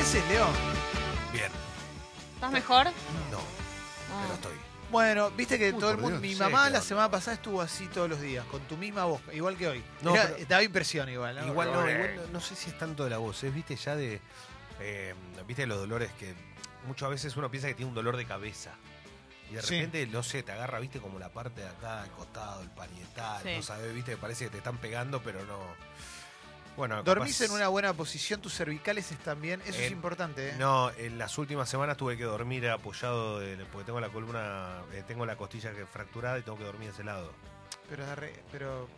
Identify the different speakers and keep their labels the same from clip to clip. Speaker 1: haces, Leo? Bien,
Speaker 2: ¿Estás mejor?
Speaker 1: no, pero
Speaker 2: Mm. Ah.
Speaker 1: estoy.
Speaker 3: Bueno, viste que
Speaker 1: Uy,
Speaker 3: todo el
Speaker 1: por
Speaker 3: mundo.
Speaker 1: Dios,
Speaker 3: mi
Speaker 1: sí,
Speaker 3: mamá
Speaker 1: claro.
Speaker 3: la semana pasada estuvo así todos los días, con tu misma voz, igual que hoy.
Speaker 1: No,
Speaker 3: Era-
Speaker 1: pero-
Speaker 3: daba impresión igual, ¿no?
Speaker 1: Igual no, igual no, no sé si es tanto de la voz, es, viste, ya de. eh, viste los dolores que muchas veces uno piensa que tiene un dolor de cabeza. Y de
Speaker 3: Sí.
Speaker 1: repente, no sé, te agarra, viste, como la parte de acá, el costado, el parietal,
Speaker 2: Sí.
Speaker 1: no sabes, viste, parece que te están pegando, pero no. Bueno,
Speaker 3: Dormís
Speaker 1: capaz-
Speaker 3: en una buena posición, tus cervicales están bien, eso es
Speaker 1: Eh,
Speaker 3: importante, ¿eh?
Speaker 1: No, en las últimas semanas tuve que dormir apoyado de- porque tengo la columna, eh, tengo la costilla que- fracturada y tengo que dormir de ese lado.
Speaker 3: Pero, arre- pero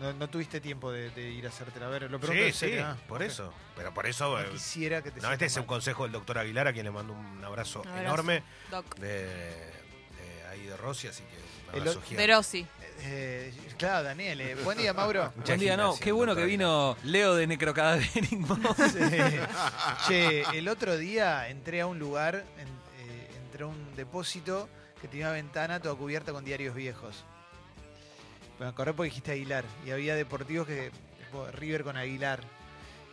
Speaker 3: no, no tuviste tiempo de, de ir a hacértela. A ver, lo pregunto
Speaker 1: sí,
Speaker 3: en serio,
Speaker 1: sí,
Speaker 3: ah,
Speaker 1: por
Speaker 3: ok.
Speaker 1: eso. Pero por eso.
Speaker 3: No
Speaker 1: eh,
Speaker 3: quisiera que te
Speaker 1: no,
Speaker 3: salga
Speaker 1: este es un
Speaker 3: mal.
Speaker 1: consejo del doctor Aguilar, a quien le mando un abrazo,
Speaker 2: Abrazo.
Speaker 1: enorme
Speaker 2: Doc.
Speaker 1: de, de ahí de Rossi, así que un
Speaker 3: El
Speaker 1: abrazo
Speaker 3: o-
Speaker 1: gigante.
Speaker 2: De Rossi.
Speaker 3: Eh, claro, Daniel. eh, Buen día, Mauro.
Speaker 1: Mucha
Speaker 4: Buen día, no.
Speaker 1: gimnasia,
Speaker 4: Qué bueno que
Speaker 1: doctor
Speaker 4: vino Leo de Necrocadaveric Mouse.
Speaker 3: Eh, che, el otro día entré a un lugar, en- eh, entré a un depósito que tenía una ventana toda cubierta con diarios viejos. Me acordé porque dijiste Aguilar. Y había deportivos que. tipo, River con Aguilar.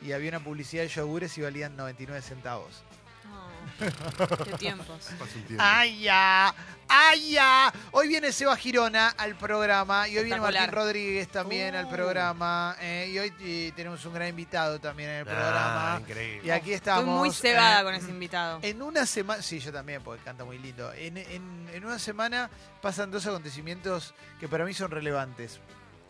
Speaker 3: Y había una publicidad de yogures y valían 99 centavos. Ah.
Speaker 2: No, qué tiempos.
Speaker 5: Pasa un tiempo.
Speaker 3: ¡Ay, ya! ¡Ay, ya! Hoy viene Seba Girona al programa y hoy viene Martín
Speaker 2: Espectacular.
Speaker 3: Rodríguez también
Speaker 1: Oh.
Speaker 3: al programa. eh, y hoy eh, tenemos un gran invitado también en el
Speaker 1: Nah,
Speaker 3: programa.
Speaker 1: Ah, increíble.
Speaker 3: Y aquí estamos.
Speaker 2: Estoy muy cebada
Speaker 3: eh,
Speaker 2: con ese invitado.
Speaker 3: En una semana, sí, yo también, porque canta muy lindo. En, en- en una semana pasan dos acontecimientos que para mí son relevantes.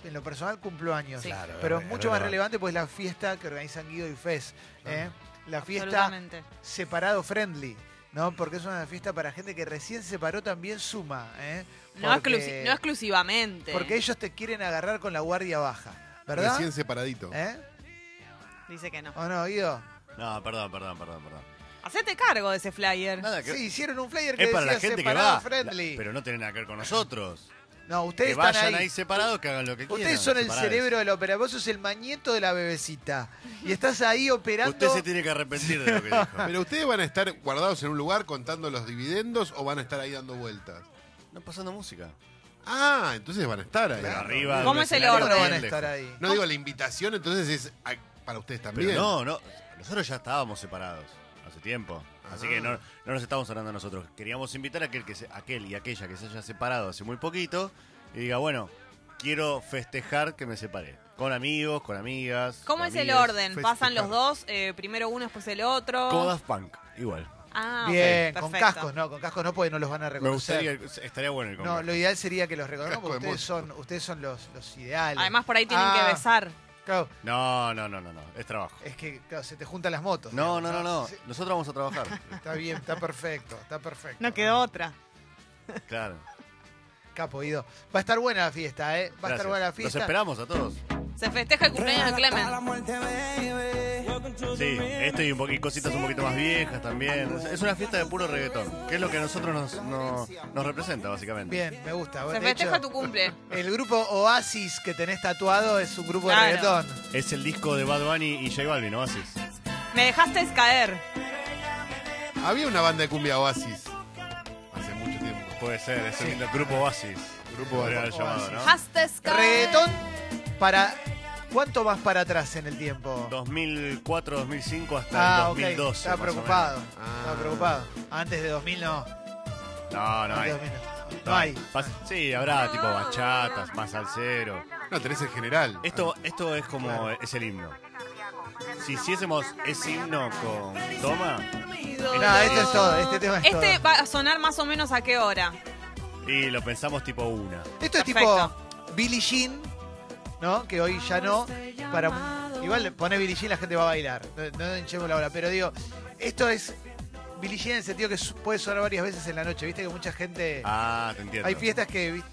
Speaker 3: En lo personal cumplo años,
Speaker 2: Sí.
Speaker 1: Claro,
Speaker 3: pero
Speaker 1: es-
Speaker 3: es
Speaker 1: es
Speaker 3: mucho más relevante pues la fiesta que organizan Guido y Fez.
Speaker 6: Ah.
Speaker 3: ¿eh? La fiesta
Speaker 2: Absolutamente.
Speaker 3: separado friendly, ¿no? Porque es una fiesta para gente que recién se separó también suma, ¿eh?
Speaker 2: No,
Speaker 3: Porque-
Speaker 2: exclusi- no exclusivamente.
Speaker 3: Porque ellos te quieren agarrar con la guardia baja, ¿verdad?
Speaker 5: Recién separadito.
Speaker 3: ¿Eh?
Speaker 2: Dice que no.
Speaker 3: ¿O no, Guido?
Speaker 6: No, perdón, perdón, perdón, perdón.
Speaker 2: Hacete cargo de ese flyer.
Speaker 6: Nada Ah, que
Speaker 3: Sí, hicieron un flyer que
Speaker 6: es para
Speaker 3: decía
Speaker 6: la gente que
Speaker 3: separado
Speaker 6: va,
Speaker 3: friendly.
Speaker 6: la- pero no tiene nada que ver con nosotros.
Speaker 3: No,
Speaker 6: Que
Speaker 3: ustedes están
Speaker 6: vayan
Speaker 3: ahí.
Speaker 6: ahí. separados, que hagan lo que quieran.
Speaker 3: Ustedes son el
Speaker 6: separados.
Speaker 3: cerebro de la ópera, vos sos el mañeto de la bebecita. Y estás ahí operando.
Speaker 6: Usted se tiene que arrepentir de lo que dijo.
Speaker 5: Pero ustedes van a estar guardados en un lugar contando los dividendos o van a estar ahí dando vueltas.
Speaker 6: No pasando música.
Speaker 5: Ah, entonces van a estar ahí.
Speaker 6: Pero arriba.
Speaker 2: ¿Cómo
Speaker 6: un
Speaker 2: es el
Speaker 3: ¿Cómo
Speaker 6: escenario
Speaker 3: no
Speaker 2: orden?
Speaker 6: bien
Speaker 3: van a
Speaker 6: lejos.
Speaker 3: estar ahí?
Speaker 5: No digo la invitación, entonces es a- para ustedes
Speaker 6: Pero
Speaker 5: también.
Speaker 6: no, no. Nosotros ya estábamos separados hace tiempo. Así que no,
Speaker 3: Ah.
Speaker 6: no nos estamos hablando nosotros. Queríamos invitar a aquel, que se- aquel y aquella que se haya separado hace muy poquito y diga, bueno, quiero festejar que me separé. Con amigos, con amigas.
Speaker 2: ¿Cómo
Speaker 6: con
Speaker 2: es el
Speaker 6: amigues.
Speaker 2: orden? ¿Pasan los dos? eh, primero uno, después el otro.
Speaker 6: Como Daft Punk, igual.
Speaker 2: Ah, ok,
Speaker 3: Bien, con
Speaker 2: perfecto.
Speaker 3: cascos, no, con cascos no, porque no los van a
Speaker 6: Me
Speaker 3: reconocer.
Speaker 6: gustaría, estaría bueno el
Speaker 3: No,
Speaker 6: congreso.
Speaker 3: lo ideal sería que los reconozcan
Speaker 5: Casco
Speaker 3: porque
Speaker 5: de
Speaker 3: ustedes son, ustedes son los, los ideales.
Speaker 2: Además, por ahí tienen
Speaker 3: Ah,
Speaker 2: que besar.
Speaker 3: Claro,
Speaker 6: No, no, no, no, no, es trabajo.
Speaker 3: es que claro, se te juntan las motos.
Speaker 6: No,
Speaker 3: digamos,
Speaker 6: no, no, no,
Speaker 3: Sí,
Speaker 6: nosotros vamos a trabajar.
Speaker 3: Está bien, está perfecto, está perfecto.
Speaker 2: No quedó otra.
Speaker 6: Claro.
Speaker 3: Capo, Guido. Va a estar buena la fiesta, ¿eh? Va a estar
Speaker 6: Gracias.
Speaker 3: buena la
Speaker 6: Los
Speaker 3: fiesta.
Speaker 6: esperamos a todos.
Speaker 2: Se festeja el cumpleaños de Clemen.
Speaker 6: Sí, esto y, un poquito, cositas un poquito más viejas también. Es- Es una fiesta de puro reggaetón, que es lo que a nosotros nos, no- nos representa, básicamente.
Speaker 3: Bien, me gusta.
Speaker 2: Se
Speaker 3: De hecho,
Speaker 2: festeja tu cumple.
Speaker 3: El grupo Oasis que tenés tatuado es un grupo de
Speaker 2: Claro.
Speaker 3: reggaetón.
Speaker 6: Es el disco de Bad Bunny y J Balvin, Oasis.
Speaker 2: Me dejaste caer.
Speaker 3: Ah.
Speaker 5: Había una banda de cumbia Oasis hace mucho tiempo.
Speaker 6: Puede ser, es el lindo grupo Oasis.
Speaker 5: Grupo
Speaker 6: podría haber
Speaker 5: Oasis.
Speaker 6: llamado,
Speaker 3: Ah.
Speaker 6: ¿no?
Speaker 2: Dejaste caer.
Speaker 3: Reggaetón para. ¿Cuánto más para atrás en el tiempo?
Speaker 6: 2004, 2005 hasta
Speaker 3: ah,
Speaker 6: el
Speaker 3: ok. Estaba
Speaker 6: 2012. más o menos.
Speaker 3: preocupado.
Speaker 5: Ah.
Speaker 3: Estaba preocupado. Antes de 2000 no.
Speaker 6: No, no
Speaker 3: Antes de
Speaker 6: hay.
Speaker 3: 2000 no. No hay.
Speaker 6: Pas- Sí, habrá tipo bachatas, más al cero.
Speaker 5: No, tenés el general.
Speaker 6: Esto, esto es como es el himno. Si hiciésemos ese himno con Toma,
Speaker 3: No, este es todo, este tema es
Speaker 2: Este
Speaker 3: todo.
Speaker 2: va a sonar más o menos a qué hora.
Speaker 6: y lo pensamos tipo una.
Speaker 3: Esto es
Speaker 2: Perfecto.
Speaker 3: tipo Billie Jean, ¿no? Que hoy ya no. Para, igual le pone Billie Jean la gente va a bailar. No, no hinchemos la hora. Pero digo, esto es Billie Jean en el sentido que su- puede sonar varias veces en la noche. Viste que mucha gente.
Speaker 6: Ah, te entiendo.
Speaker 3: Hay fiestas que vi-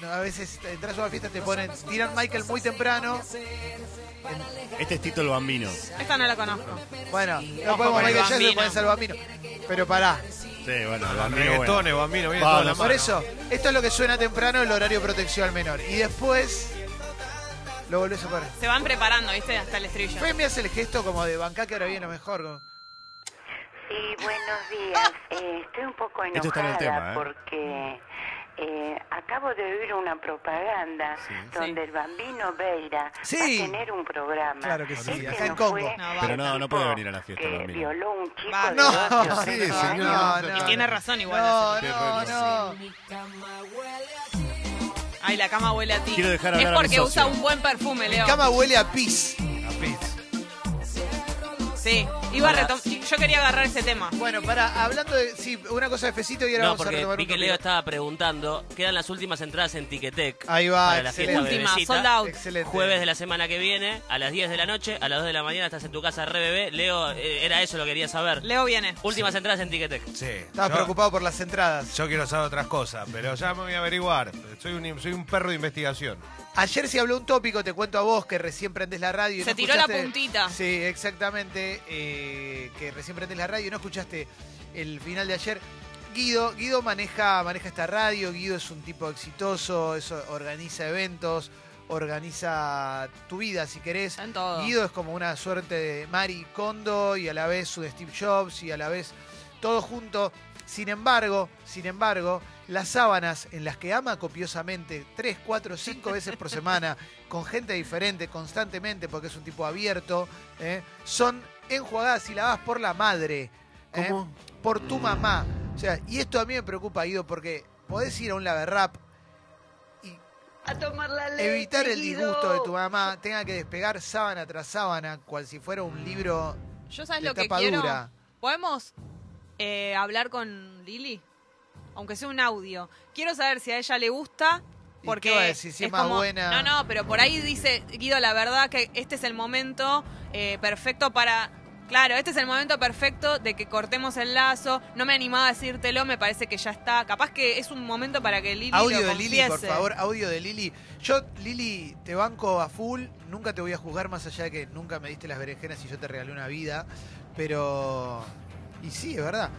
Speaker 3: no, a veces entras a una fiesta te ponen, tiran Michael muy temprano.
Speaker 6: Este es Tito el Bambino.
Speaker 2: Esta no la conozco.
Speaker 3: Bueno, no podemos
Speaker 2: Ojo con el
Speaker 3: Michael Jackson,
Speaker 2: Bambino.
Speaker 3: pueden ser bambino. Pero pará.
Speaker 6: Sí, bueno, el
Speaker 1: Los
Speaker 6: Bambino bueno.
Speaker 1: reggaetones, bambino, viene
Speaker 5: Ah,
Speaker 6: Vamos.
Speaker 1: toda la
Speaker 3: Por
Speaker 1: mano.
Speaker 3: eso, esto es lo que suena temprano el horario protección al menor. Y después lo volvés a parar.
Speaker 2: Se van preparando, ¿viste? Hasta el estribillo.
Speaker 3: Fe me hace el gesto como de bancá que ahora viene lo mejor. como-
Speaker 7: Sí, buenos días. Eh, estoy un poco
Speaker 6: Esto está en el
Speaker 7: enojada
Speaker 6: tema, ¿eh?
Speaker 7: porque eh, acabo de oír una propaganda
Speaker 5: Sí.
Speaker 7: donde el bambino Veira
Speaker 3: Sí.
Speaker 7: va a tener un programa.
Speaker 3: Claro que sí,
Speaker 7: Este
Speaker 3: acá en
Speaker 7: no
Speaker 3: Congo.
Speaker 7: fue
Speaker 2: No,
Speaker 6: Pero
Speaker 7: el
Speaker 6: no, no
Speaker 7: tipo
Speaker 6: puede venir a la fiesta el
Speaker 7: Que
Speaker 6: bambino.
Speaker 7: violó un chico
Speaker 2: Va,
Speaker 7: de
Speaker 2: no,
Speaker 7: ocho o
Speaker 5: Ah,
Speaker 3: "Ah,
Speaker 5: sí,
Speaker 7: nueve
Speaker 5: señor.
Speaker 7: años.
Speaker 5: No,
Speaker 2: Y tiene razón igual.
Speaker 3: No,
Speaker 2: ese
Speaker 3: no, no.
Speaker 2: chico. Ay, la cama huele a ti.
Speaker 6: Quiero dejar
Speaker 2: es
Speaker 6: hablar a mi
Speaker 2: porque usa
Speaker 6: socio.
Speaker 2: un buen perfume,
Speaker 3: Mi
Speaker 2: Leo.
Speaker 3: cama huele a pis.
Speaker 2: Sí. Iba a retom- Yo quería agarrar ese tema.
Speaker 3: Bueno, para, hablando de. Sí, una cosa de Fecito y ahora
Speaker 8: No,
Speaker 3: vamos a
Speaker 8: porque
Speaker 3: retomar
Speaker 8: vi
Speaker 3: un
Speaker 8: que Leo
Speaker 3: poquito.
Speaker 8: estaba preguntando. Quedan las últimas entradas en Tiquetec.
Speaker 3: Ahí va,
Speaker 8: Para la fiesta
Speaker 3: excelente.
Speaker 2: Última,
Speaker 8: bebecita.
Speaker 2: sold out.
Speaker 3: Excelente.
Speaker 8: Jueves de la semana que viene, a las 10 de la noche, a las 2 de la mañana estás en tu casa re bebé. Leo, eh, era eso lo que quería saber.
Speaker 2: Leo viene.
Speaker 8: Últimas entradas en Tiquetec.
Speaker 1: Sí.
Speaker 3: Estaba
Speaker 1: yo-
Speaker 3: preocupado por las entradas.
Speaker 1: Yo quiero saber otras cosas, pero ya me voy a averiguar. Soy un, soy un perro de investigación.
Speaker 3: Ayer se habló un tópico, te cuento a vos, que recién prendés la radio. y
Speaker 2: Se
Speaker 3: no
Speaker 2: tiró la
Speaker 3: escuchaste-
Speaker 2: puntita.
Speaker 3: Sí, exactamente. eh, que recién prendés la radio y no escuchaste el final de ayer. Guido, Guido maneja, maneja esta radio, Guido es un tipo exitoso, es- organiza eventos, organiza tu vida si querés.
Speaker 2: Está en todo.
Speaker 3: Guido es como una suerte de Mari Kondo y a la vez su de Steve Jobs y a la vez todo junto. Sin embargo, sin embargo, las sábanas en las que ama copiosamente tres, cuatro, cinco veces por semana, con gente diferente constantemente, porque es un tipo abierto, ¿eh? son enjuagadas y lavadas por la madre. ¿eh?
Speaker 5: ¿Cómo?
Speaker 3: Por tu mamá. O sea, y esto a mí me preocupa, Guido, porque podés ir a un laverrap y
Speaker 7: A tomar la leche,
Speaker 3: evitar el
Speaker 7: Guido.
Speaker 3: disgusto de tu mamá, tenga que despegar sábana tras sábana, cual si fuera un libro.
Speaker 2: Yo sabes
Speaker 3: de
Speaker 2: lo que
Speaker 3: tapa
Speaker 2: quiero.
Speaker 3: dura.
Speaker 2: ¿Podemos eh, hablar con Lili? Aunque sea un audio. Quiero saber si a ella le gusta.
Speaker 3: ¿Y
Speaker 2: Porque
Speaker 3: qué va a decir? Si es más buena.
Speaker 2: No, no, pero por ahí dice, Guido, la verdad que este es el momento eh, perfecto para. Claro, este es el momento perfecto de que cortemos el lazo. No me animaba a decírtelo, me parece que ya está. Capaz que es un momento para que Lili.
Speaker 3: audio
Speaker 2: lo
Speaker 3: de Lili, por
Speaker 2: confiese.
Speaker 3: favor, audio de Lili. Yo, Lili, te banco a full, nunca te voy a juzgar más allá de que nunca me diste las berenjenas y yo te regalé una vida, pero... Y sí, es verdad,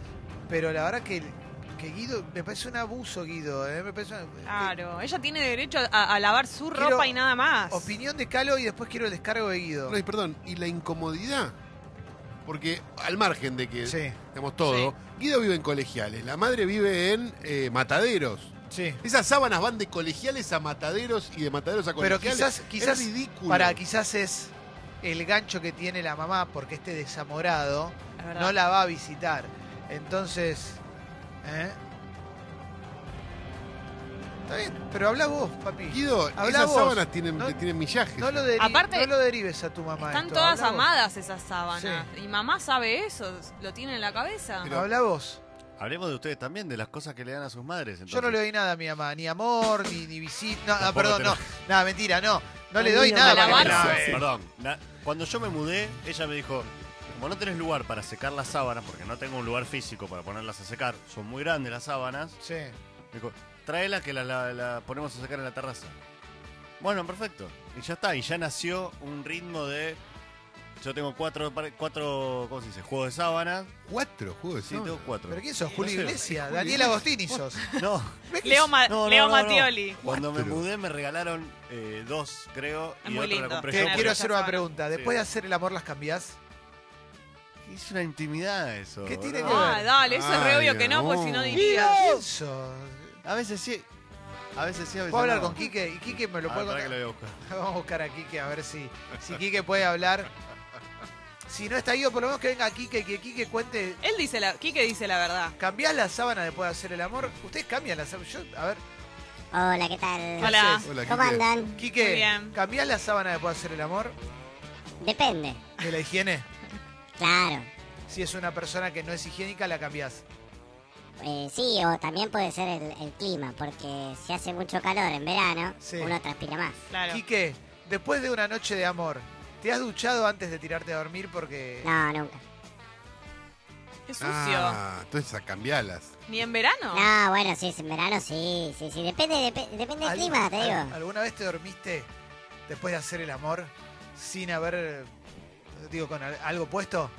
Speaker 3: pero la verdad que, que Guido, me parece un abuso Guido, ¿eh? me parece una-
Speaker 2: Claro, ella tiene derecho a, a lavar su
Speaker 3: Quiero
Speaker 2: ropa y nada más.
Speaker 3: Opinión de Calo y después quiero el descargo de Guido.
Speaker 5: No, y perdón, y la incomodidad. Porque al margen de que
Speaker 3: Sí.
Speaker 5: tenemos todo, Guido vive en colegiales, la madre vive en eh, mataderos.
Speaker 3: Sí.
Speaker 5: Esas sábanas van de colegiales a mataderos y de mataderos a
Speaker 3: Pero
Speaker 5: colegiales.
Speaker 3: quizás, quizás,
Speaker 5: es ridículo.
Speaker 3: para quizás es el gancho que tiene la mamá porque este desamorado
Speaker 2: Es verdad.
Speaker 3: no la va a visitar. Entonces, ¿eh? está bien, pero habla vos, papi.
Speaker 5: Guido,
Speaker 3: Habla
Speaker 5: esas
Speaker 3: vos.
Speaker 5: sábanas tienen,
Speaker 3: No-
Speaker 5: tienen millajes.
Speaker 3: no, lo deri-
Speaker 2: Aparte,
Speaker 3: no lo derives a tu mamá.
Speaker 2: Están
Speaker 3: esto,
Speaker 2: todas
Speaker 3: habla vos.
Speaker 2: amadas esas sábanas. Y mamá sabe eso, lo tiene en la cabeza.
Speaker 5: Pero-
Speaker 3: habla vos.
Speaker 6: Hablemos de ustedes también, de las cosas que le dan a sus
Speaker 3: Yo
Speaker 6: madres.
Speaker 3: no
Speaker 6: entonces.
Speaker 3: le doy nada a mi mamá, ni amor, ni, ni visita. No, ah,
Speaker 6: Tampoco
Speaker 3: perdón,
Speaker 6: te
Speaker 3: no.
Speaker 6: lo-
Speaker 3: Nada, mentira, no. No le
Speaker 8: Ay,
Speaker 3: doy
Speaker 8: mi
Speaker 3: nada. para
Speaker 2: mamá,
Speaker 3: que
Speaker 2: la
Speaker 3: me
Speaker 2: barba.
Speaker 3: lave.
Speaker 2: Sí.
Speaker 6: Perdón. na- cuando yo me mudé, ella me dijo, como no tenés lugar para secar las sábanas, porque no tengo un lugar físico para ponerlas a secar, son muy grandes las sábanas,
Speaker 3: Sí.
Speaker 6: me dijo, tráela que la, la- la ponemos a secar en la terraza. Bueno, perfecto. Y ya está, y ya nació un ritmo de... Yo tengo cuatro, par- cuatro ¿cómo se dice? Juegos de sábanas.
Speaker 5: Cuatro juegos.
Speaker 6: Sí,
Speaker 5: ¿no?
Speaker 6: tengo cuatro.
Speaker 3: ¿Pero quién sos? Julio
Speaker 6: No sé.
Speaker 3: Iglesias, Daniel Agostini sos.
Speaker 6: No,
Speaker 2: Leo, Ma-
Speaker 6: no, no,
Speaker 2: Leo
Speaker 6: no, no.
Speaker 2: Mattioli.
Speaker 6: Cuando me
Speaker 5: Cuatro.
Speaker 6: mudé me regalaron eh, dos, creo,
Speaker 2: Es
Speaker 6: y
Speaker 2: muy
Speaker 6: otro la
Speaker 2: lindo.
Speaker 6: compré
Speaker 3: Te
Speaker 6: yo.
Speaker 2: Pero
Speaker 3: quiero
Speaker 2: ya
Speaker 3: hacer una
Speaker 2: saben.
Speaker 3: pregunta. Después
Speaker 6: Sí.
Speaker 3: de hacer el amor, ¿las cambiás?
Speaker 6: Es una intimidad eso.
Speaker 3: ¿Qué tiene
Speaker 6: boludo.
Speaker 3: que ver?
Speaker 2: Ah, dale, eso es re
Speaker 5: Ay,
Speaker 2: obvio que no, pues
Speaker 5: no.
Speaker 2: si no diría.
Speaker 3: Pienso.
Speaker 2: Ah.
Speaker 6: A veces sí. A veces sí, a veces
Speaker 3: Puedo hablar
Speaker 6: no.
Speaker 3: con Quique y Quique me lo
Speaker 6: Ah,
Speaker 3: puede
Speaker 6: pará
Speaker 3: contar.
Speaker 6: que lo voy a buscar.
Speaker 3: Vamos a buscar a Quique a ver si, si Quique puede hablar. Si no está Guido, por lo menos que venga Quique, que Quique cuente.
Speaker 2: Él dice la, Quique dice la verdad.
Speaker 3: ¿Cambiás la sábana después de hacer el amor? ¿Ustedes cambian la sábana? Yo, a ver,
Speaker 9: Hola, ¿qué tal?
Speaker 2: Hola.
Speaker 5: Hola,
Speaker 9: ¿Cómo
Speaker 5: Quique.
Speaker 9: andan?
Speaker 2: Muy
Speaker 3: Quique,
Speaker 2: bien.
Speaker 3: ¿cambiás la sábana después de hacer el amor?
Speaker 9: Depende,
Speaker 3: ¿De la higiene?
Speaker 9: claro.
Speaker 3: Si es una persona que no es higiénica, la cambiás.
Speaker 9: Eh, sí, o también puede ser el, el clima, porque si hace mucho calor en verano,
Speaker 3: Sí.
Speaker 9: uno transpira más.
Speaker 2: Claro.
Speaker 3: Quique, después de una noche de amor, ¿te has duchado antes de tirarte a dormir? Porque.
Speaker 9: No, nunca.
Speaker 2: Qué sucio.
Speaker 5: Ah, entonces a cambiarlas.
Speaker 2: Ni en verano.
Speaker 9: No, bueno, sí, en verano sí, sí, sí. Depende, depe- depende del
Speaker 3: ¿Al-
Speaker 9: clima, te
Speaker 3: al-
Speaker 9: digo.
Speaker 3: ¿Alguna vez te dormiste después de hacer el amor sin haber, eh, digo, con al- algo puesto?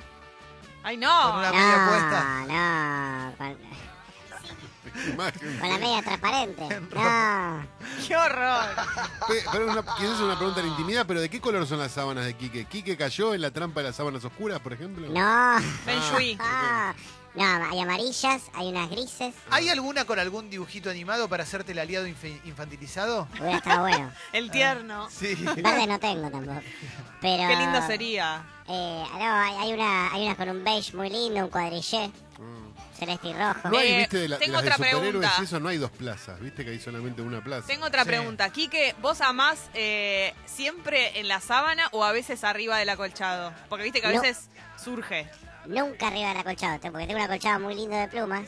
Speaker 2: Ay,
Speaker 3: Con
Speaker 2: no.
Speaker 3: una-
Speaker 9: No,
Speaker 3: media puesta.
Speaker 9: no. con-
Speaker 5: Imagen.
Speaker 9: Con la media transparente. No.
Speaker 2: ¡Qué horror!
Speaker 5: Pe- Pero es una, quizás es una pregunta de la intimidad, pero ¿de qué color son las sábanas de Quique? ¿Quique cayó en la trampa de las sábanas oscuras, por ejemplo?
Speaker 9: No.
Speaker 2: Feng Shui.
Speaker 9: Ah. No, hay amarillas, hay unas grises.
Speaker 3: ¿Hay alguna con algún dibujito animado para hacerte el aliado inf- infantilizado?
Speaker 9: Hubiera estado bueno.
Speaker 2: El tierno.
Speaker 3: Sí.
Speaker 9: Verde no tengo tampoco. Pero.
Speaker 2: Qué lindo sería.
Speaker 9: Eh, no, hay, hay una, hay una con un beige muy lindo, un cuadrillé.
Speaker 3: Mm.
Speaker 9: Celeste y rojo.
Speaker 5: No hay,
Speaker 2: Eh,
Speaker 5: viste, de, la- de
Speaker 2: tengo
Speaker 5: las de
Speaker 2: otra
Speaker 5: superhéroes
Speaker 2: pregunta.
Speaker 5: y eso no hay dos plazas, viste que hay solamente una plaza.
Speaker 2: Tengo otra
Speaker 3: Sí.
Speaker 2: pregunta. Quique, ¿vos amás eh, siempre en la sábana o a veces arriba del acolchado? Porque viste que a
Speaker 9: No.
Speaker 2: veces surge.
Speaker 9: Nunca arriba del acolchado, te- porque tengo un acolchado muy lindo de plumas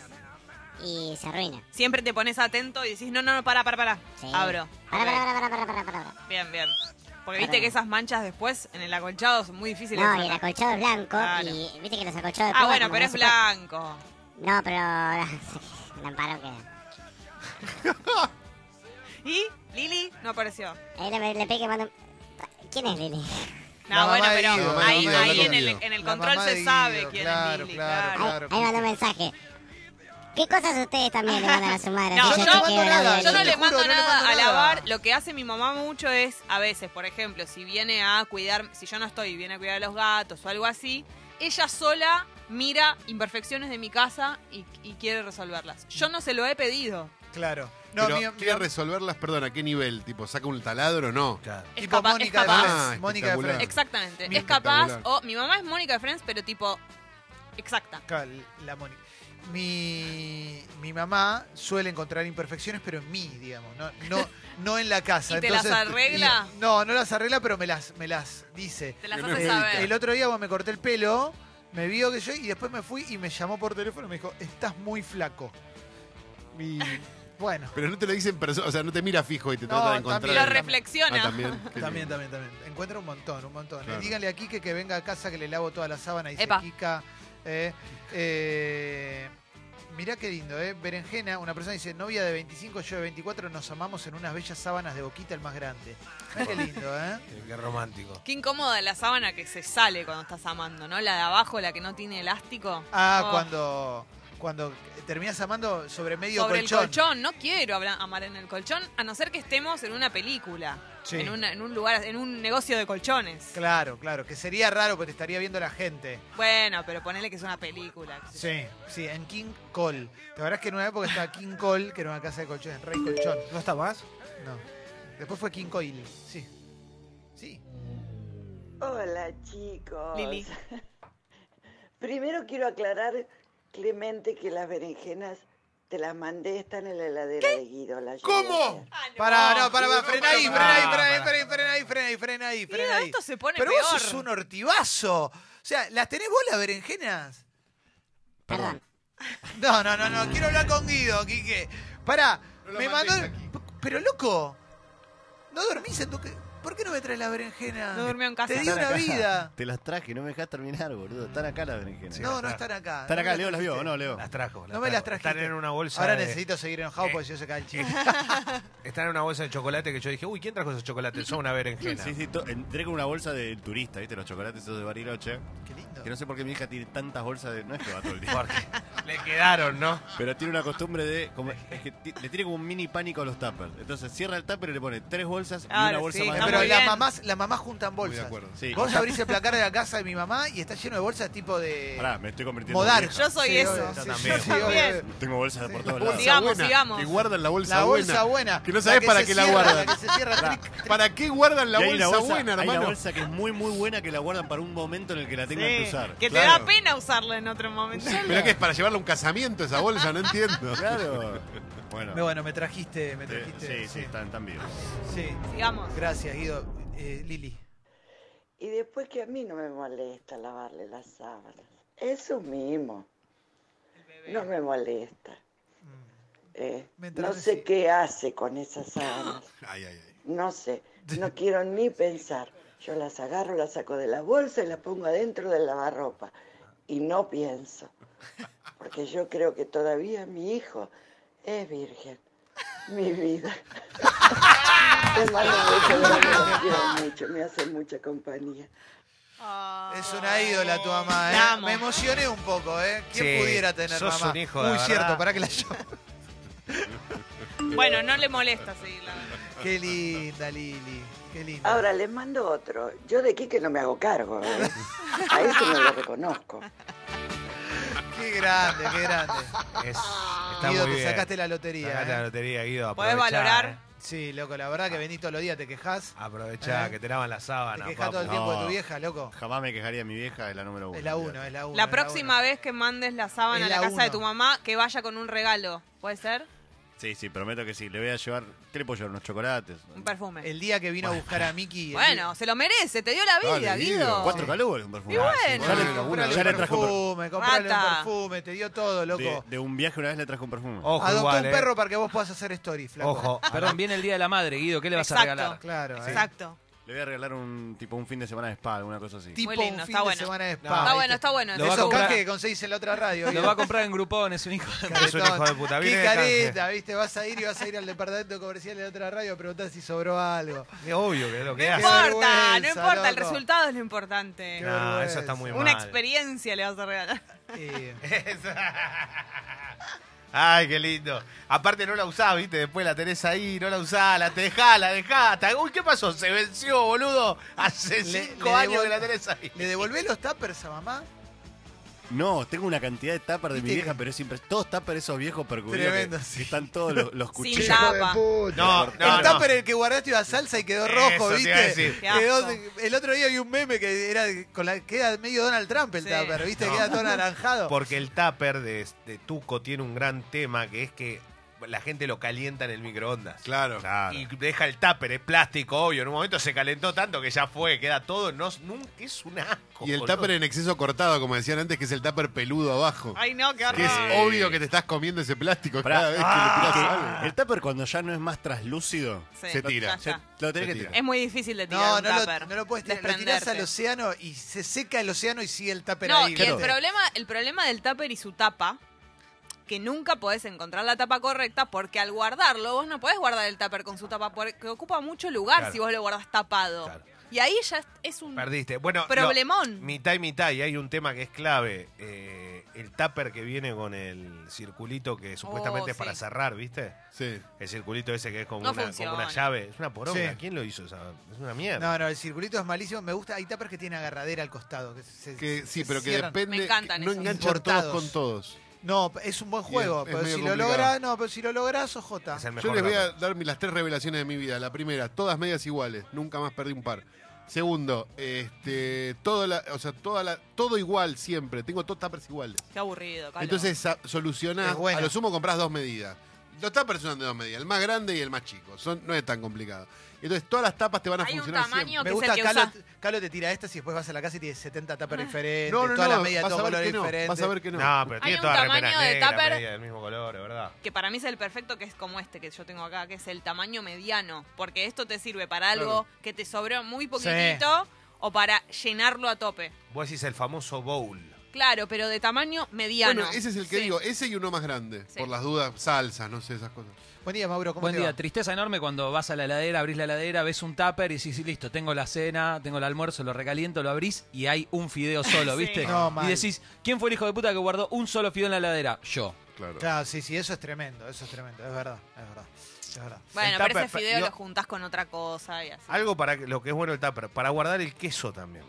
Speaker 9: y se arruina.
Speaker 2: Siempre te pones atento y decís, no, no, no, para, para, para.
Speaker 9: Sí.
Speaker 2: Abro.
Speaker 9: Para,
Speaker 2: Ok.
Speaker 9: para, para, para, para, para, para.
Speaker 2: Bien, bien. Porque
Speaker 9: Pará.
Speaker 2: viste que esas manchas después en el acolchado son muy difíciles. de
Speaker 9: No, y el
Speaker 2: sacar.
Speaker 9: acolchado es blanco
Speaker 2: Claro.
Speaker 9: y viste que los acolchados de
Speaker 2: Ah,
Speaker 9: plumas
Speaker 2: bueno, pero
Speaker 9: como que
Speaker 2: es
Speaker 9: no se puede-
Speaker 2: blanco.
Speaker 9: No, pero. Lamparo queda.
Speaker 2: ¿Y Lili? No apareció.
Speaker 9: Ahí le, le pegué mando. ¿Quién es Lili?
Speaker 2: No,
Speaker 3: La
Speaker 2: bueno,
Speaker 3: mamá de
Speaker 2: pero
Speaker 3: Guido,
Speaker 5: la
Speaker 2: ahí,
Speaker 5: mamá de
Speaker 2: ahí
Speaker 5: Guido.
Speaker 2: en, el, en el
Speaker 3: La
Speaker 2: control
Speaker 3: mamá
Speaker 2: se
Speaker 3: de Guido,
Speaker 2: sabe quién
Speaker 3: claro,
Speaker 2: es Lili.
Speaker 3: claro, claro.
Speaker 2: Claro,
Speaker 9: Ahí, ahí mandó un mensaje. ¿Qué cosas ustedes también le mandan a su madre?
Speaker 2: No,
Speaker 9: Yo
Speaker 2: yo-
Speaker 9: chequeo la
Speaker 3: nada,
Speaker 9: vida
Speaker 2: Yo no
Speaker 9: de
Speaker 2: le
Speaker 9: Lili.
Speaker 2: mando
Speaker 3: juro, no le
Speaker 2: nada
Speaker 3: mando
Speaker 2: a
Speaker 3: nada.
Speaker 2: lavar. Lo que hace mi mamá mucho es, a veces, por ejemplo, si viene a cuidar, si yo no estoy, viene a cuidar a los gatos o algo así, ella sola mira imperfecciones de mi casa y, y quiere resolverlas. Yo no se lo he pedido.
Speaker 3: Claro. No,
Speaker 5: pero
Speaker 3: mi- mi-
Speaker 5: ¿quiere resolverlas, perdón, a qué nivel? ¿Tipo, saca un taladro? No.
Speaker 1: Claro.
Speaker 2: Es
Speaker 3: tipo
Speaker 2: capaz, es
Speaker 3: Mónica de
Speaker 2: capaz.
Speaker 5: Ah,
Speaker 3: Friends. Mónica de
Speaker 5: espectacular.
Speaker 3: Friends.
Speaker 2: Exactamente.
Speaker 5: Bien.
Speaker 2: Es capaz,
Speaker 5: Espectacular.
Speaker 2: o mi mamá es Mónica de Friends, pero tipo, exacta.
Speaker 3: Claro, la Mónica. Mi, mi mamá suele encontrar imperfecciones, pero en mí, digamos, no, no, no en la casa.
Speaker 2: ¿Y te las
Speaker 3: Entonces,
Speaker 2: arregla?
Speaker 3: y- no, no las arregla, pero me las, me las dice.
Speaker 2: Te las
Speaker 5: Que no
Speaker 2: hace
Speaker 5: es médica.
Speaker 2: saber.
Speaker 3: El otro día vos me corté el pelo, me vio que yo, y después me fui y me llamó por teléfono y me dijo, estás muy flaco. Y bueno,
Speaker 5: Pero no te lo dicen persona, o sea, no te mira fijo y te
Speaker 3: No,
Speaker 5: trata de
Speaker 3: también.
Speaker 5: encontrar.
Speaker 2: Lo
Speaker 3: re-
Speaker 5: Ah,
Speaker 2: reflexiona.
Speaker 5: también. qué
Speaker 3: también,
Speaker 5: lindo.
Speaker 3: también, también. Encuentra un montón, un montón.
Speaker 5: Claro.
Speaker 3: Díganle a Quique que venga a casa que le lavo toda la sábana y dice
Speaker 2: Epa.
Speaker 3: Kika. eh, eh, mirá qué lindo, ¿eh? Berenjena, una persona dice, novia de 25, yo de 24, nos amamos en unas bellas sábanas de boquita el más grande. Mirá qué lindo, ¿eh?
Speaker 1: Qué- Qué romántico.
Speaker 2: Qué incómoda la sábana que se sale cuando estás amando, ¿no? La de abajo, la que no tiene elástico.
Speaker 3: Ah,
Speaker 2: Oh.
Speaker 3: cuando, cuando terminás amando sobre medio
Speaker 2: sobre
Speaker 3: colchón.
Speaker 2: el colchón. No quiero habla- amar en el colchón, a no ser que estemos en una película,
Speaker 3: Sí.
Speaker 2: en, una- en un lugar, en un negocio de colchones.
Speaker 3: Claro, claro, que sería raro porque te estaría viendo la gente.
Speaker 2: Bueno, pero ponele que es una película. qué sé yo.
Speaker 3: Sí, sí, en King Cole. La verdad es que en una época estaba King Cole, que era una casa de colchones, Rey Colchón.
Speaker 1: ¿No está más?
Speaker 3: No. Después fue King Coil, sí. Sí.
Speaker 7: Hola chicos.
Speaker 2: Lili.
Speaker 7: Primero quiero aclarar, Clemente, que las berenjenas te las mandé, están en la heladera de Guido. ¿Cómo?
Speaker 2: Ah, no.
Speaker 3: Pará, no, pará, pará, frena ahí,
Speaker 1: no,
Speaker 3: frena ahí,
Speaker 1: no,
Speaker 3: frena ahí,
Speaker 1: pará.
Speaker 3: frena ahí, frena ahí, frena ahí, frena ahí,
Speaker 2: Guido,
Speaker 3: frena ahí.
Speaker 2: esto se pone
Speaker 3: Pero
Speaker 2: peor.
Speaker 3: vos sos un ortivazo. O sea, ¿las tenés vos las berenjenas?
Speaker 9: Perdón.
Speaker 3: No, no, no, no, quiero hablar con Guido, Quique. Pará,
Speaker 5: No lo
Speaker 3: me mandó...
Speaker 5: mandés
Speaker 3: Pero loco, ¿no dormís en tu... ca- ¿Por qué no me traes las berenjenas?
Speaker 2: No durmió en casa.
Speaker 3: Te di una
Speaker 6: Están acá.
Speaker 3: vida.
Speaker 6: Te las traje, no me dejás terminar, boludo. Están acá las berenjenas.
Speaker 3: No, no están acá.
Speaker 6: Están
Speaker 3: No
Speaker 6: acá,
Speaker 3: me
Speaker 6: Leo las vio, ¿o
Speaker 3: trajiste.
Speaker 6: ¿no, Leo?
Speaker 1: Las trajo.
Speaker 3: No me las
Speaker 1: trajo.
Speaker 3: trajiste.
Speaker 1: Están en una bolsa.
Speaker 3: Ahora
Speaker 1: de- Eh,
Speaker 3: necesito seguir enojado porque yo se cae el chico.
Speaker 1: Están en una bolsa de chocolate que yo dije, uy, ¿quién trajo esos chocolates? Son una berenjena.
Speaker 6: Sí, sí, to- entré con una bolsa del turista, ¿viste? Los chocolates esos de Bariloche.
Speaker 3: Qué lindo.
Speaker 6: Que no sé por qué mi hija tiene tantas bolsas de. No es que va todo el día.
Speaker 1: Porque le quedaron, ¿no?
Speaker 6: Pero tiene una costumbre de. Como, es que ti- le tiene como un mini pánico a los tuppers. Entonces cierra el tupper y le pone tres bolsas y una
Speaker 2: Claro,
Speaker 6: bolsa
Speaker 2: sí,
Speaker 6: más
Speaker 2: está
Speaker 6: grande.
Speaker 3: Pero
Speaker 2: muy
Speaker 3: las
Speaker 2: bien.
Speaker 3: mamás, las mamás juntan
Speaker 5: Muy de
Speaker 3: bolsas.
Speaker 5: acuerdo.
Speaker 6: Sí,
Speaker 3: Vos abrís el placar de la casa de mi mamá y está lleno de bolsas tipo de
Speaker 6: pará, me estoy convirtiendo
Speaker 3: modar.
Speaker 6: en vieja.
Speaker 2: Yo soy eso.
Speaker 1: Yo
Speaker 3: también.
Speaker 1: también.
Speaker 6: Tengo bolsas de por todos
Speaker 5: Bolsa
Speaker 6: lados.
Speaker 2: Sigamos,
Speaker 5: buena,
Speaker 2: sigamos.
Speaker 5: Que guardan la bolsa
Speaker 3: La
Speaker 5: buena.
Speaker 3: bolsa buena.
Speaker 5: Que no sabés
Speaker 3: que
Speaker 5: para
Speaker 3: se
Speaker 5: qué la
Speaker 3: cierra,
Speaker 5: guardan.
Speaker 3: La que se cierra tric.
Speaker 5: ¿Para qué guardan la
Speaker 6: Y hay
Speaker 5: bolsa,
Speaker 6: una bolsa-
Speaker 5: buena,
Speaker 6: hay una
Speaker 5: hermano?
Speaker 6: bolsa que es muy, muy buena que la guardan para un momento en el que la tengan que
Speaker 2: Sí,
Speaker 6: usar.
Speaker 2: que te
Speaker 5: claro.
Speaker 2: da pena usarla en otro momento.
Speaker 5: ¿Pero qué es? ¿Para llevarla a un casamiento esa bolsa? No entiendo.
Speaker 6: Claro. Bueno.
Speaker 3: No, bueno, me trajiste, me
Speaker 6: te-
Speaker 3: trajiste.
Speaker 6: sí, sí, están, están vivos.
Speaker 3: sí.
Speaker 2: Sigamos.
Speaker 3: Gracias, Guido. Eh, Lili.
Speaker 7: Y después que a mí no me molesta lavarle las sábanas. Eso mismo. No me molesta. Eh, no
Speaker 3: Mm. Mientras
Speaker 7: sé
Speaker 3: sí.
Speaker 7: qué hace con esas sábanas.
Speaker 5: Ay, ay, ay.
Speaker 7: No sé. No quiero ni pensar. Yo las agarro, las saco de la bolsa y las pongo adentro del lavarropa. Y no pienso. Porque yo creo que todavía mi hijo es virgen. Mi vida. Te mando un beso grande, los quiero mucho, me hacen mucha compañía.
Speaker 2: Ah.
Speaker 3: Es una ídola tu mamá, ¿eh?
Speaker 2: La amo.
Speaker 3: Me emocioné un poco, ¿eh? ¿Quién
Speaker 1: Sí,
Speaker 3: pudiera tener
Speaker 1: sos
Speaker 3: mamá?
Speaker 1: un hijo de
Speaker 3: Muy
Speaker 1: verdad.
Speaker 3: cierto, para que la yo.
Speaker 2: Bueno, no le molesta seguirla.
Speaker 3: Qué linda, Lili. Qué linda.
Speaker 7: Ahora les mando otro. Yo de Quique no me hago cargo. ¿eh? A eso no lo reconozco.
Speaker 3: Qué grande, qué grande.
Speaker 1: Es, está
Speaker 3: Guido,
Speaker 1: muy
Speaker 3: te
Speaker 1: bien.
Speaker 3: sacaste la lotería.
Speaker 1: Sacaste
Speaker 3: ¿eh?
Speaker 1: la lotería, Guido.
Speaker 2: Podés
Speaker 1: aprovechá,
Speaker 2: valorar.
Speaker 1: eh.
Speaker 3: Sí, loco, la verdad que venís todos los días, te quejas.
Speaker 1: Aprovechá,
Speaker 3: Eh.
Speaker 1: que te lavan la
Speaker 3: Te
Speaker 1: sábana.
Speaker 3: quejas todo el
Speaker 1: Ah, papu.
Speaker 3: tiempo de tu
Speaker 6: No.
Speaker 3: vieja, loco.
Speaker 6: Jamás me quejaría de mi vieja, es la número uno.
Speaker 3: Es la uno,
Speaker 6: olvídate.
Speaker 3: es la uno.
Speaker 2: La
Speaker 3: es
Speaker 2: próxima
Speaker 3: uno.
Speaker 2: vez que mandes la sábana
Speaker 3: Es
Speaker 2: a la,
Speaker 3: la
Speaker 2: casa de
Speaker 3: uno.
Speaker 2: tu mamá, que vaya con un regalo. ¿Puede ser?
Speaker 6: Sí, sí, prometo que sí. Le voy a llevar. ¿Qué le puedo llevar? Unos chocolates.
Speaker 2: Un perfume.
Speaker 3: El día que vino a buscar a Miki. el
Speaker 2: Bueno, se lo merece, te dio la vida,
Speaker 5: Dale, Guido.
Speaker 2: Guido.
Speaker 6: Cuatro calores un perfume.
Speaker 2: Y
Speaker 6: Ah,
Speaker 2: bueno.
Speaker 6: Ya le-
Speaker 5: Bueno,
Speaker 3: día-
Speaker 5: una
Speaker 6: ya le
Speaker 3: comprale un
Speaker 6: traje un perfume.
Speaker 3: perfume, comprale un
Speaker 2: Rata.
Speaker 3: perfume, te dio todo, loco.
Speaker 6: De, de un viaje una vez le trajo un perfume.
Speaker 1: Ojo,
Speaker 3: Adoptó
Speaker 1: igual,
Speaker 3: un
Speaker 1: eh.
Speaker 3: perro para que vos puedas hacer story, flaco.
Speaker 1: Ojo.
Speaker 4: Perdón, viene el Día de la Madre, Guido. ¿Qué le vas
Speaker 2: Exacto.
Speaker 4: a regalar?
Speaker 3: Claro, eh.
Speaker 2: Exacto.
Speaker 6: Le voy a regalar un tipo un fin de semana de spa, alguna cosa así.
Speaker 3: Tipo
Speaker 2: Muy lindo,
Speaker 3: un fin
Speaker 2: está
Speaker 3: de
Speaker 2: bueno.
Speaker 3: semana de spa.
Speaker 2: Está
Speaker 3: ¿viste?
Speaker 2: bueno, está bueno.
Speaker 4: Lo va a
Speaker 3: Esos
Speaker 4: comprar-
Speaker 3: canjes que conseguís en la otra radio.
Speaker 4: Lo
Speaker 3: ¿viste?
Speaker 4: va a comprar en grupón, es un hijo de...
Speaker 1: Es un hijo de puta, viene
Speaker 3: Qué
Speaker 1: de canje.
Speaker 3: careta, viste, vas a ir y vas a ir al departamento comercial de la otra radio a preguntar si sobró algo.
Speaker 1: Es obvio que es lo que
Speaker 2: No
Speaker 1: hace.
Speaker 3: Qué
Speaker 2: importa, no
Speaker 3: vergüenza,
Speaker 2: importa, el
Speaker 3: loco.
Speaker 2: resultado es lo importante.
Speaker 3: Qué
Speaker 1: No, eso está
Speaker 3: vergüenza.
Speaker 1: muy mal.
Speaker 2: Una experiencia le vas a regalar.
Speaker 3: Eh,
Speaker 1: Ay, qué lindo. Aparte no la usás, viste, después la tenés ahí, no la usás, la te dejás, la dejás. Hasta- Uy, ¿qué pasó? Se venció, boludo. Hace
Speaker 3: Le-
Speaker 1: cinco
Speaker 3: le
Speaker 1: años
Speaker 3: devol-
Speaker 1: que la tenés ahí.
Speaker 3: ¿Le devolvés los tuppers a mamá?
Speaker 6: No, tengo una cantidad de tapas de mi
Speaker 3: ¿Viste?
Speaker 6: vieja, pero es siempre todos tapas esos viejos percubidos.
Speaker 3: Tremendo,
Speaker 6: que-
Speaker 3: sí.
Speaker 6: que están todos los, los
Speaker 2: Sin
Speaker 6: cuchillos.
Speaker 2: tapa.
Speaker 1: No, no,
Speaker 3: el
Speaker 1: no.
Speaker 3: tupper el que guardaste iba a salsa y quedó
Speaker 1: Eso
Speaker 3: rojo,
Speaker 1: te iba a
Speaker 3: ¿viste?
Speaker 1: decir.
Speaker 2: Qué
Speaker 3: Quedó-
Speaker 2: asco.
Speaker 3: el otro día vi un meme que era con la queda medio Donald Trump el
Speaker 2: Sí.
Speaker 3: tupper, ¿viste?
Speaker 1: No.
Speaker 3: Queda todo anaranjado.
Speaker 1: Porque el tupper de, de Tuco tiene un gran tema que es que la gente lo calienta en el microondas.
Speaker 5: Claro.
Speaker 1: Y deja el tupper, es plástico, obvio. En un momento se calentó tanto que ya fue, queda todo. No, nunca es un asco.
Speaker 5: Y el
Speaker 1: boludo.
Speaker 5: tupper en exceso cortado, como decían antes, que es el tupper peludo abajo.
Speaker 2: Ay, no, qué
Speaker 5: Que es
Speaker 2: horror.
Speaker 5: obvio que te estás comiendo ese plástico
Speaker 6: Pará. Ah,
Speaker 5: cada vez que le tiras algo.
Speaker 6: El tupper cuando ya no es más traslúcido,
Speaker 2: Sí,
Speaker 5: se tira.
Speaker 2: ya
Speaker 6: se-
Speaker 2: está.
Speaker 6: lo tenés
Speaker 5: Se
Speaker 6: que
Speaker 5: tira.
Speaker 6: tirar.
Speaker 2: Es muy difícil de tirar
Speaker 3: No,
Speaker 2: un
Speaker 3: no lo,
Speaker 2: tupper.
Speaker 3: no lo puedes tirar. Lo tirás al
Speaker 2: Desprenderte.
Speaker 3: océano y se seca el océano y sigue el tupper
Speaker 2: No,
Speaker 3: ahí.
Speaker 2: y
Speaker 3: ¿viste?
Speaker 2: el problema, el problema del tupper y su tapa, que nunca podés encontrar la tapa correcta, porque al guardarlo, vos no podés guardar el tupper con su tapa, porque ocupa mucho lugar
Speaker 1: Claro.
Speaker 2: si vos lo guardás tapado.
Speaker 1: Claro.
Speaker 2: Y ahí ya es- es un...
Speaker 1: Perdiste. Bueno,
Speaker 2: Problemón.
Speaker 1: no, mitad y mitad. Y hay un tema que es clave. eh, el tupper que viene con el circulito que supuestamente es para
Speaker 2: Oh, sí.
Speaker 1: cerrar, ¿viste?
Speaker 5: Sí.
Speaker 1: El circulito ese que es como,
Speaker 2: No
Speaker 1: una, como
Speaker 2: funciona.
Speaker 1: una llave. Es una poronga.
Speaker 3: Sí.
Speaker 1: ¿Quién lo hizo? esa- Es una mierda.
Speaker 3: No, no, el circulito es malísimo. Me gusta. Hay tuppers que tienen agarradera al costado. Que se-
Speaker 5: Que, sí,
Speaker 3: se
Speaker 5: pero que
Speaker 3: cierran.
Speaker 5: depende.
Speaker 2: Me encantan
Speaker 5: no
Speaker 2: esos.
Speaker 5: enganchan todos
Speaker 3: Importados.
Speaker 5: con todos.
Speaker 3: No, es un buen juego.
Speaker 5: es- es
Speaker 3: pero
Speaker 5: medio
Speaker 3: si lo
Speaker 5: complicado.
Speaker 3: logras, no, pero si lo logras, sos J.
Speaker 1: Es el mejor
Speaker 5: Yo les voy a
Speaker 1: dato.
Speaker 5: dar mi- las tres revelaciones de mi vida. La primera, todas medias iguales. Nunca más perdí un par. Segundo, este, todo, la, o sea, toda la, todo igual siempre. Tengo todos tuppers iguales.
Speaker 2: Qué aburrido, Calo.
Speaker 5: Entonces sa- solucionás,
Speaker 3: Es buena.
Speaker 5: a lo sumo comprás dos medidas. Los tuppers son de dos medidas, el más grande y el más chico. Son, no es tan complicado. Entonces todas las tapas te van a
Speaker 2: Hay un
Speaker 5: funcionar
Speaker 2: tamaño que
Speaker 5: siempre.
Speaker 3: Me
Speaker 2: es
Speaker 3: gusta,
Speaker 2: el que
Speaker 3: Calo,
Speaker 2: usás.
Speaker 3: Calo te tira estas y después vas a la casa y tienes 70 tapas
Speaker 2: Ah.
Speaker 3: diferentes,
Speaker 5: No, no,
Speaker 3: todas
Speaker 5: no,
Speaker 3: las medias de
Speaker 5: vas
Speaker 3: todos
Speaker 5: a ver
Speaker 3: colores
Speaker 5: que no,
Speaker 3: diferentes.
Speaker 5: vas a ver que no.
Speaker 1: No, pero tiene
Speaker 2: un
Speaker 1: todas
Speaker 2: tamaño
Speaker 1: remeras
Speaker 2: de
Speaker 1: negras,
Speaker 2: tupper-
Speaker 1: medias del mismo color, es ¿verdad?
Speaker 2: que para mí es el perfecto, que es como este que yo tengo acá, que es el tamaño mediano, porque esto te sirve para algo que te sobró muy poquitito o para llenarlo a tope.
Speaker 1: Vos decís el famoso bowl.
Speaker 2: Claro, pero de tamaño mediano.
Speaker 5: bueno, ese es el que
Speaker 2: Sí.
Speaker 5: digo, ese y uno más grande.
Speaker 2: Sí.
Speaker 5: Por las dudas, salsas, no sé, esas cosas.
Speaker 3: Buen día, Mauro, ¿cómo
Speaker 4: Buen
Speaker 3: te
Speaker 4: día,
Speaker 3: va?
Speaker 4: tristeza enorme cuando vas a la heladera, abrís la heladera, ves un tupper y decís, "Sí, listo, tengo la cena, tengo el almuerzo, lo recaliento, lo abrís y hay un fideo solo,
Speaker 2: Sí.
Speaker 4: ¿viste?
Speaker 3: No, mal.
Speaker 4: y decís, ¿quién fue el hijo de puta que guardó un solo fideo en la heladera? Yo.
Speaker 5: Claro.
Speaker 3: Claro, sí, sí, eso es tremendo, eso es tremendo, es verdad, es verdad, es verdad.
Speaker 2: Bueno,
Speaker 1: El
Speaker 2: pero
Speaker 1: tupper,
Speaker 2: ese fideo
Speaker 1: digo-
Speaker 2: lo juntás con otra cosa y así.
Speaker 1: Algo para que- lo que es bueno el tupper, para guardar el queso también.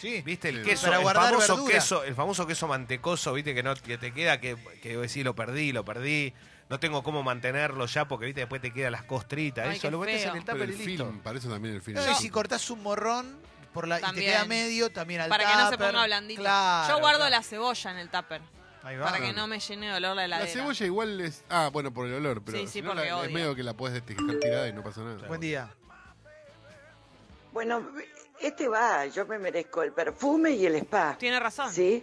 Speaker 3: Sí,
Speaker 1: ¿Viste? El
Speaker 5: Sí.
Speaker 1: queso,
Speaker 3: Para
Speaker 1: el
Speaker 3: guardar
Speaker 1: famoso
Speaker 3: verdura.
Speaker 1: queso, el famoso queso mantecoso, ¿viste? Que no que te queda, que, que vos decís, lo perdí, lo perdí, no tengo cómo mantenerlo ya porque, ¿viste? Después te quedan las costritas,
Speaker 2: Ay,
Speaker 1: eso,
Speaker 2: qué
Speaker 1: lo metes
Speaker 2: feo.
Speaker 1: en el
Speaker 5: Pero
Speaker 1: tupper
Speaker 5: el
Speaker 1: y listo.
Speaker 5: film, para eso también el film.
Speaker 3: No, y si cortás un morrón por la, y te
Speaker 2: También.
Speaker 3: queda medio, también al
Speaker 2: para que no se
Speaker 3: tupper.
Speaker 2: ponga blandito.
Speaker 3: Claro,
Speaker 2: Yo guardo
Speaker 3: claro.
Speaker 2: la cebolla en el tupper,
Speaker 3: Ahí va.
Speaker 2: para que no me llene de olor la
Speaker 5: La
Speaker 2: heladera.
Speaker 5: cebolla igual es. Ah, bueno, por el olor, pero
Speaker 2: Sí, sí,
Speaker 5: si no, la-
Speaker 2: porque
Speaker 5: es
Speaker 2: odio.
Speaker 5: medio que la puedes dejar tirada y no pasa nada.
Speaker 3: Buen día.
Speaker 7: Bueno, este va, yo me merezco el perfume y el spa.
Speaker 2: Tiene razón.
Speaker 7: ¿Sí?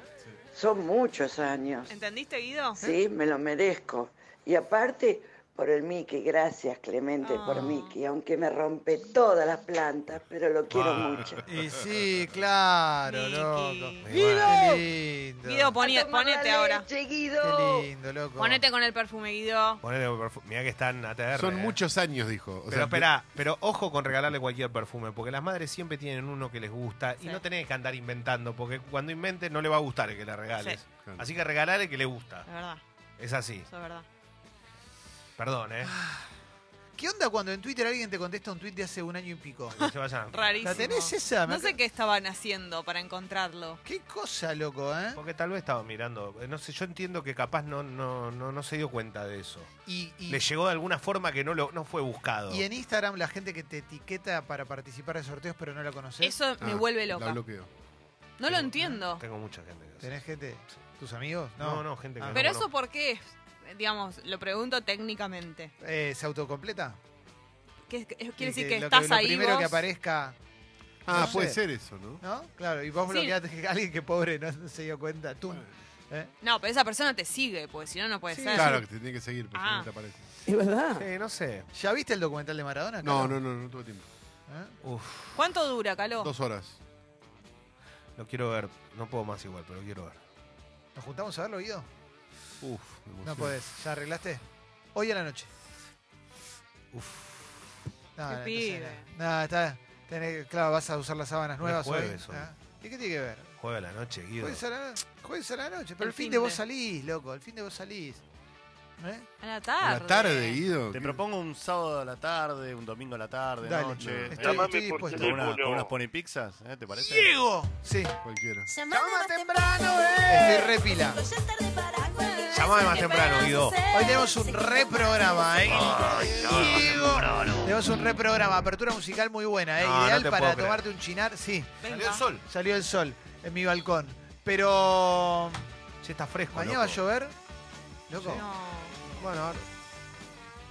Speaker 7: Son muchos años.
Speaker 2: ¿Entendiste, Guido?
Speaker 7: Sí, me lo merezco. Y aparte, por el Mickey, gracias Clemente
Speaker 2: Ah.
Speaker 7: por Mickey, aunque me rompe todas las plantas, pero lo quiero mucho.
Speaker 3: Y sí, claro,
Speaker 2: Miki.
Speaker 3: loco.
Speaker 1: Guido.
Speaker 3: Qué lindo.
Speaker 2: Guido, poni-
Speaker 7: A tomar la
Speaker 2: ponete ahora.
Speaker 7: leche, Guido.
Speaker 3: Qué lindo, loco.
Speaker 2: Ponete con el perfume, Guido.
Speaker 1: Ponele perfu- Mirá que están ATR.
Speaker 5: Son
Speaker 1: eh.
Speaker 5: muchos años, dijo. O
Speaker 1: Pero
Speaker 5: sea,
Speaker 1: espera, pero ojo con regalarle cualquier perfume, porque las madres siempre tienen uno que les gusta y
Speaker 2: Sí.
Speaker 1: no tenés que andar inventando, porque cuando inventes no le va a gustar el que le regales.
Speaker 2: Sí.
Speaker 5: Claro.
Speaker 1: Así que regalar el que le gusta.
Speaker 2: Es verdad,
Speaker 1: Es así.
Speaker 2: eso es verdad.
Speaker 1: Perdón, ¿eh?
Speaker 3: Ah. ¿Qué onda cuando en Twitter alguien te contesta un tweet de hace un año y pico?
Speaker 1: No se vayan.
Speaker 2: Rarísimo.
Speaker 3: ¿La tenés esa? Me
Speaker 2: No sé
Speaker 3: acá-
Speaker 2: qué estaban haciendo para encontrarlo.
Speaker 3: Qué cosa, loco, ¿eh?
Speaker 1: Porque tal vez estaba mirando. eh, No sé, yo entiendo que capaz no, no, no, no se dio cuenta de eso.
Speaker 3: Y, y-
Speaker 1: Le llegó de alguna forma que no, lo, no fue buscado.
Speaker 3: y en Instagram la gente que te etiqueta para participar de sorteos pero no la conoces.
Speaker 2: Eso me vuelve
Speaker 5: La
Speaker 2: loca.
Speaker 5: bloqueo.
Speaker 2: No lo entiendo.
Speaker 1: Tengo mucha gente que hace.
Speaker 3: ¿Tenés gente? ¿Tus amigos?
Speaker 1: No,
Speaker 3: No.
Speaker 1: no, gente que
Speaker 3: Ah.
Speaker 1: no
Speaker 2: Pero eso
Speaker 1: conozco.
Speaker 2: por qué, es? digamos, lo pregunto técnicamente.
Speaker 3: Eh, ¿Se autocompleta?
Speaker 2: ¿Qué- qué- quiere
Speaker 3: Y
Speaker 2: decir que
Speaker 3: lo
Speaker 2: estás
Speaker 3: lo
Speaker 2: ahí
Speaker 3: primero
Speaker 2: vos?
Speaker 3: que aparezca,
Speaker 5: Ah,
Speaker 3: No
Speaker 5: puede
Speaker 3: sé.
Speaker 5: ser eso, ¿no?
Speaker 3: ¿no? Claro, y vos
Speaker 2: Sí.
Speaker 3: bloqueaste a alguien que pobre no, no se dio cuenta. Tú. ¿eh?
Speaker 2: No, pero esa persona te sigue, porque si no, no puede ser.
Speaker 5: Claro, que te tiene que seguir, porque si
Speaker 2: Ah.
Speaker 5: no te aparece.
Speaker 1: Sí, no sé.
Speaker 3: ¿Ya viste el documental de Maradona?
Speaker 5: No,
Speaker 3: Caro?
Speaker 5: no, no, no tuve tiempo.
Speaker 3: ¿Eh?
Speaker 1: Uf,
Speaker 2: ¿Cuánto dura, Caló?
Speaker 5: Dos horas.
Speaker 1: lo quiero ver. No puedo más igual, pero lo quiero ver.
Speaker 3: ¿Nos juntamos a verlo, Guido?
Speaker 5: Uf,
Speaker 3: No
Speaker 5: me emociono.
Speaker 3: podés. ¿Ya arreglaste? Hoy a la noche. No,
Speaker 2: Qué
Speaker 3: no,
Speaker 2: pibe.
Speaker 3: entonces, No, No, está. tenés- claro, vas a usar las sábanas
Speaker 1: No es
Speaker 3: nuevas
Speaker 1: jueves
Speaker 3: hoy.
Speaker 1: hoy.
Speaker 3: ¿ah? ¿Y qué tiene que ver?
Speaker 1: Juega la noche, Guido.
Speaker 3: Jueves a la, jueves a la noche. Pero
Speaker 2: El
Speaker 3: el fin
Speaker 2: fin
Speaker 3: de vos
Speaker 2: de.
Speaker 3: salís, loco. El fin de vos salís. ¿Eh?
Speaker 2: A la
Speaker 5: A
Speaker 2: tarde.
Speaker 5: la tarde, Guido.
Speaker 6: Te propongo un sábado a la tarde, un domingo a la tarde,
Speaker 3: Dale.
Speaker 6: noche.
Speaker 3: Estoy-
Speaker 6: ¿eh?
Speaker 3: estoy
Speaker 10: Llámame por
Speaker 3: dispuesto.
Speaker 6: Con, una-
Speaker 10: Teléfono.
Speaker 6: con unas pony pizzas, ¿eh? ¿te parece?
Speaker 3: ¡Diego! Sí.
Speaker 5: Cualquiera.
Speaker 3: ¡Llama temprano, eh! Estoy repila.
Speaker 1: Llamame más temprano, Guido.
Speaker 3: Hoy tenemos un reprograma, ¿eh? Diego. Tenemos un reprograma. Apertura musical muy buena, ¿eh?
Speaker 1: No, no
Speaker 3: Ideal
Speaker 1: te
Speaker 3: para
Speaker 1: puedo creer.
Speaker 3: tomarte un chinar. Sí,
Speaker 1: Salió el sol.
Speaker 3: salió el sol en mi balcón. Pero.
Speaker 1: Sí, está fresco.
Speaker 3: ¿Mañana va a
Speaker 1: loco.
Speaker 3: llover? Loco.
Speaker 2: No.
Speaker 1: Bueno, ahora-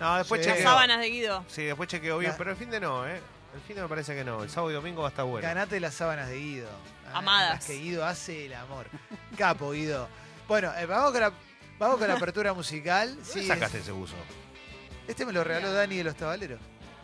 Speaker 1: No, después
Speaker 3: Sí.
Speaker 2: Las
Speaker 1: chequeo.
Speaker 2: sábanas de Guido.
Speaker 1: Sí, después chequeo bien,
Speaker 3: La-
Speaker 1: pero el fin de no, ¿eh? El fin de me parece que no. El sábado y domingo va a estar bueno.
Speaker 3: Ganate las sábanas de Guido. Ah,
Speaker 2: Amadas.
Speaker 3: Las que Guido hace el amor. Capo, Guido. Bueno, eh, vamos, con la, vamos con la apertura musical.
Speaker 1: ¿Dónde
Speaker 3: Sí,
Speaker 1: sacaste ese buzo?
Speaker 3: es- este me lo regaló Dani de los Tabaleros.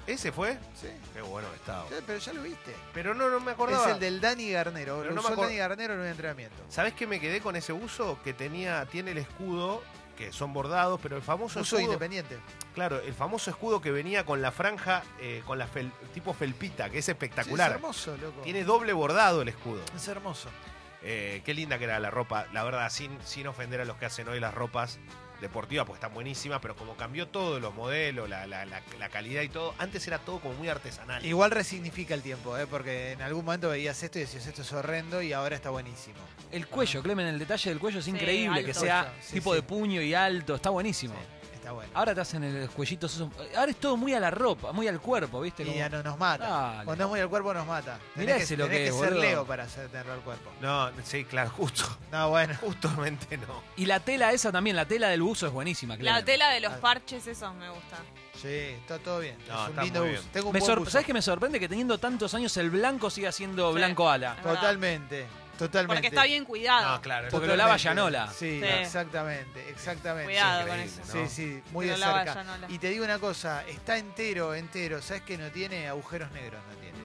Speaker 1: ¿Ese fue?
Speaker 3: Sí,
Speaker 1: Qué bueno que estaba.
Speaker 3: ya- pero ya lo viste.
Speaker 1: Pero no, no me acordaba.
Speaker 3: Es el del Dani Garnero.
Speaker 1: Pero
Speaker 3: lo
Speaker 1: no me
Speaker 3: usó el
Speaker 1: acuer-
Speaker 3: Dani Garnero en un entrenamiento.
Speaker 1: ¿Sabés qué me quedé con ese buzo? Que tenía, tiene el escudo, que son bordados, pero el famoso
Speaker 3: Uso
Speaker 1: escudo.
Speaker 3: independiente.
Speaker 1: Claro, el famoso escudo que venía con la franja, eh, con la fel- tipo felpita, que es
Speaker 3: Sí,
Speaker 1: espectacular.
Speaker 3: es hermoso, loco.
Speaker 1: tiene doble bordado el escudo.
Speaker 3: Es hermoso.
Speaker 1: Eh, qué linda que era la ropa, la verdad, sin, sin ofender a los que hacen hoy las ropas deportivas, pues están buenísimas, pero como cambió todo, los modelos, la, la- la- la calidad y todo, antes era todo como muy artesanal.
Speaker 3: Igual resignifica el tiempo, ¿eh? porque en algún momento veías esto y decías esto es horrendo y ahora está buenísimo.
Speaker 4: El cuello, Clemen, el detalle del cuello es
Speaker 2: Sí,
Speaker 4: increíble, que
Speaker 2: alto.
Speaker 4: sea
Speaker 3: Cuello, sí,
Speaker 4: tipo
Speaker 3: sí.
Speaker 4: de puño y alto, está
Speaker 3: Sí,
Speaker 4: buenísimo.
Speaker 3: está bueno.
Speaker 4: Ahora te hacen el cuellito, esos- ahora es todo muy a la ropa, muy al cuerpo, ¿viste?
Speaker 3: Y
Speaker 4: Como-
Speaker 3: ya no nos mata.
Speaker 4: Dale.
Speaker 3: Cuando es muy al cuerpo nos mata. Tenés
Speaker 4: Mirá
Speaker 3: que,
Speaker 4: ese lo
Speaker 3: tenés
Speaker 4: que es,
Speaker 3: ser
Speaker 4: boludo.
Speaker 3: Leo para hacer- tenerlo al cuerpo.
Speaker 1: No, sí, claro, justo,
Speaker 3: No, bueno.
Speaker 1: justamente no.
Speaker 4: Y la tela esa también, la tela del buzo es buenísima, Clemen.
Speaker 2: La tela de los
Speaker 3: Ah.
Speaker 2: parches, esos me gusta.
Speaker 3: Sí, está todo bien.
Speaker 1: No,
Speaker 3: es un
Speaker 1: está
Speaker 3: lindo
Speaker 1: muy
Speaker 3: buzo.
Speaker 1: bien.
Speaker 3: Tengo un
Speaker 4: Me
Speaker 3: buen
Speaker 4: sor-
Speaker 3: buzo.
Speaker 4: ¿Sabes que me sorprende que teniendo tantos años el blanco siga siendo
Speaker 2: Sí.
Speaker 4: blanco ala?
Speaker 2: Es verdad.
Speaker 3: Totalmente, totalmente.
Speaker 2: Porque está bien cuidado.
Speaker 1: No, claro,
Speaker 4: Ah, Porque
Speaker 1: no-
Speaker 4: lo lava
Speaker 3: Totalmente.
Speaker 4: Yanola.
Speaker 3: Sí,
Speaker 2: Sí.
Speaker 3: exactamente, exactamente.
Speaker 2: Cuidado con
Speaker 1: increíble,
Speaker 2: eso.
Speaker 3: Sí,
Speaker 1: ¿no?
Speaker 3: sí, muy
Speaker 2: Que
Speaker 3: de
Speaker 2: lo lava
Speaker 3: cerca.
Speaker 2: Yanola.
Speaker 3: Y te digo una cosa, está entero, entero. ¿Sabes que no tiene agujeros negros? No tiene.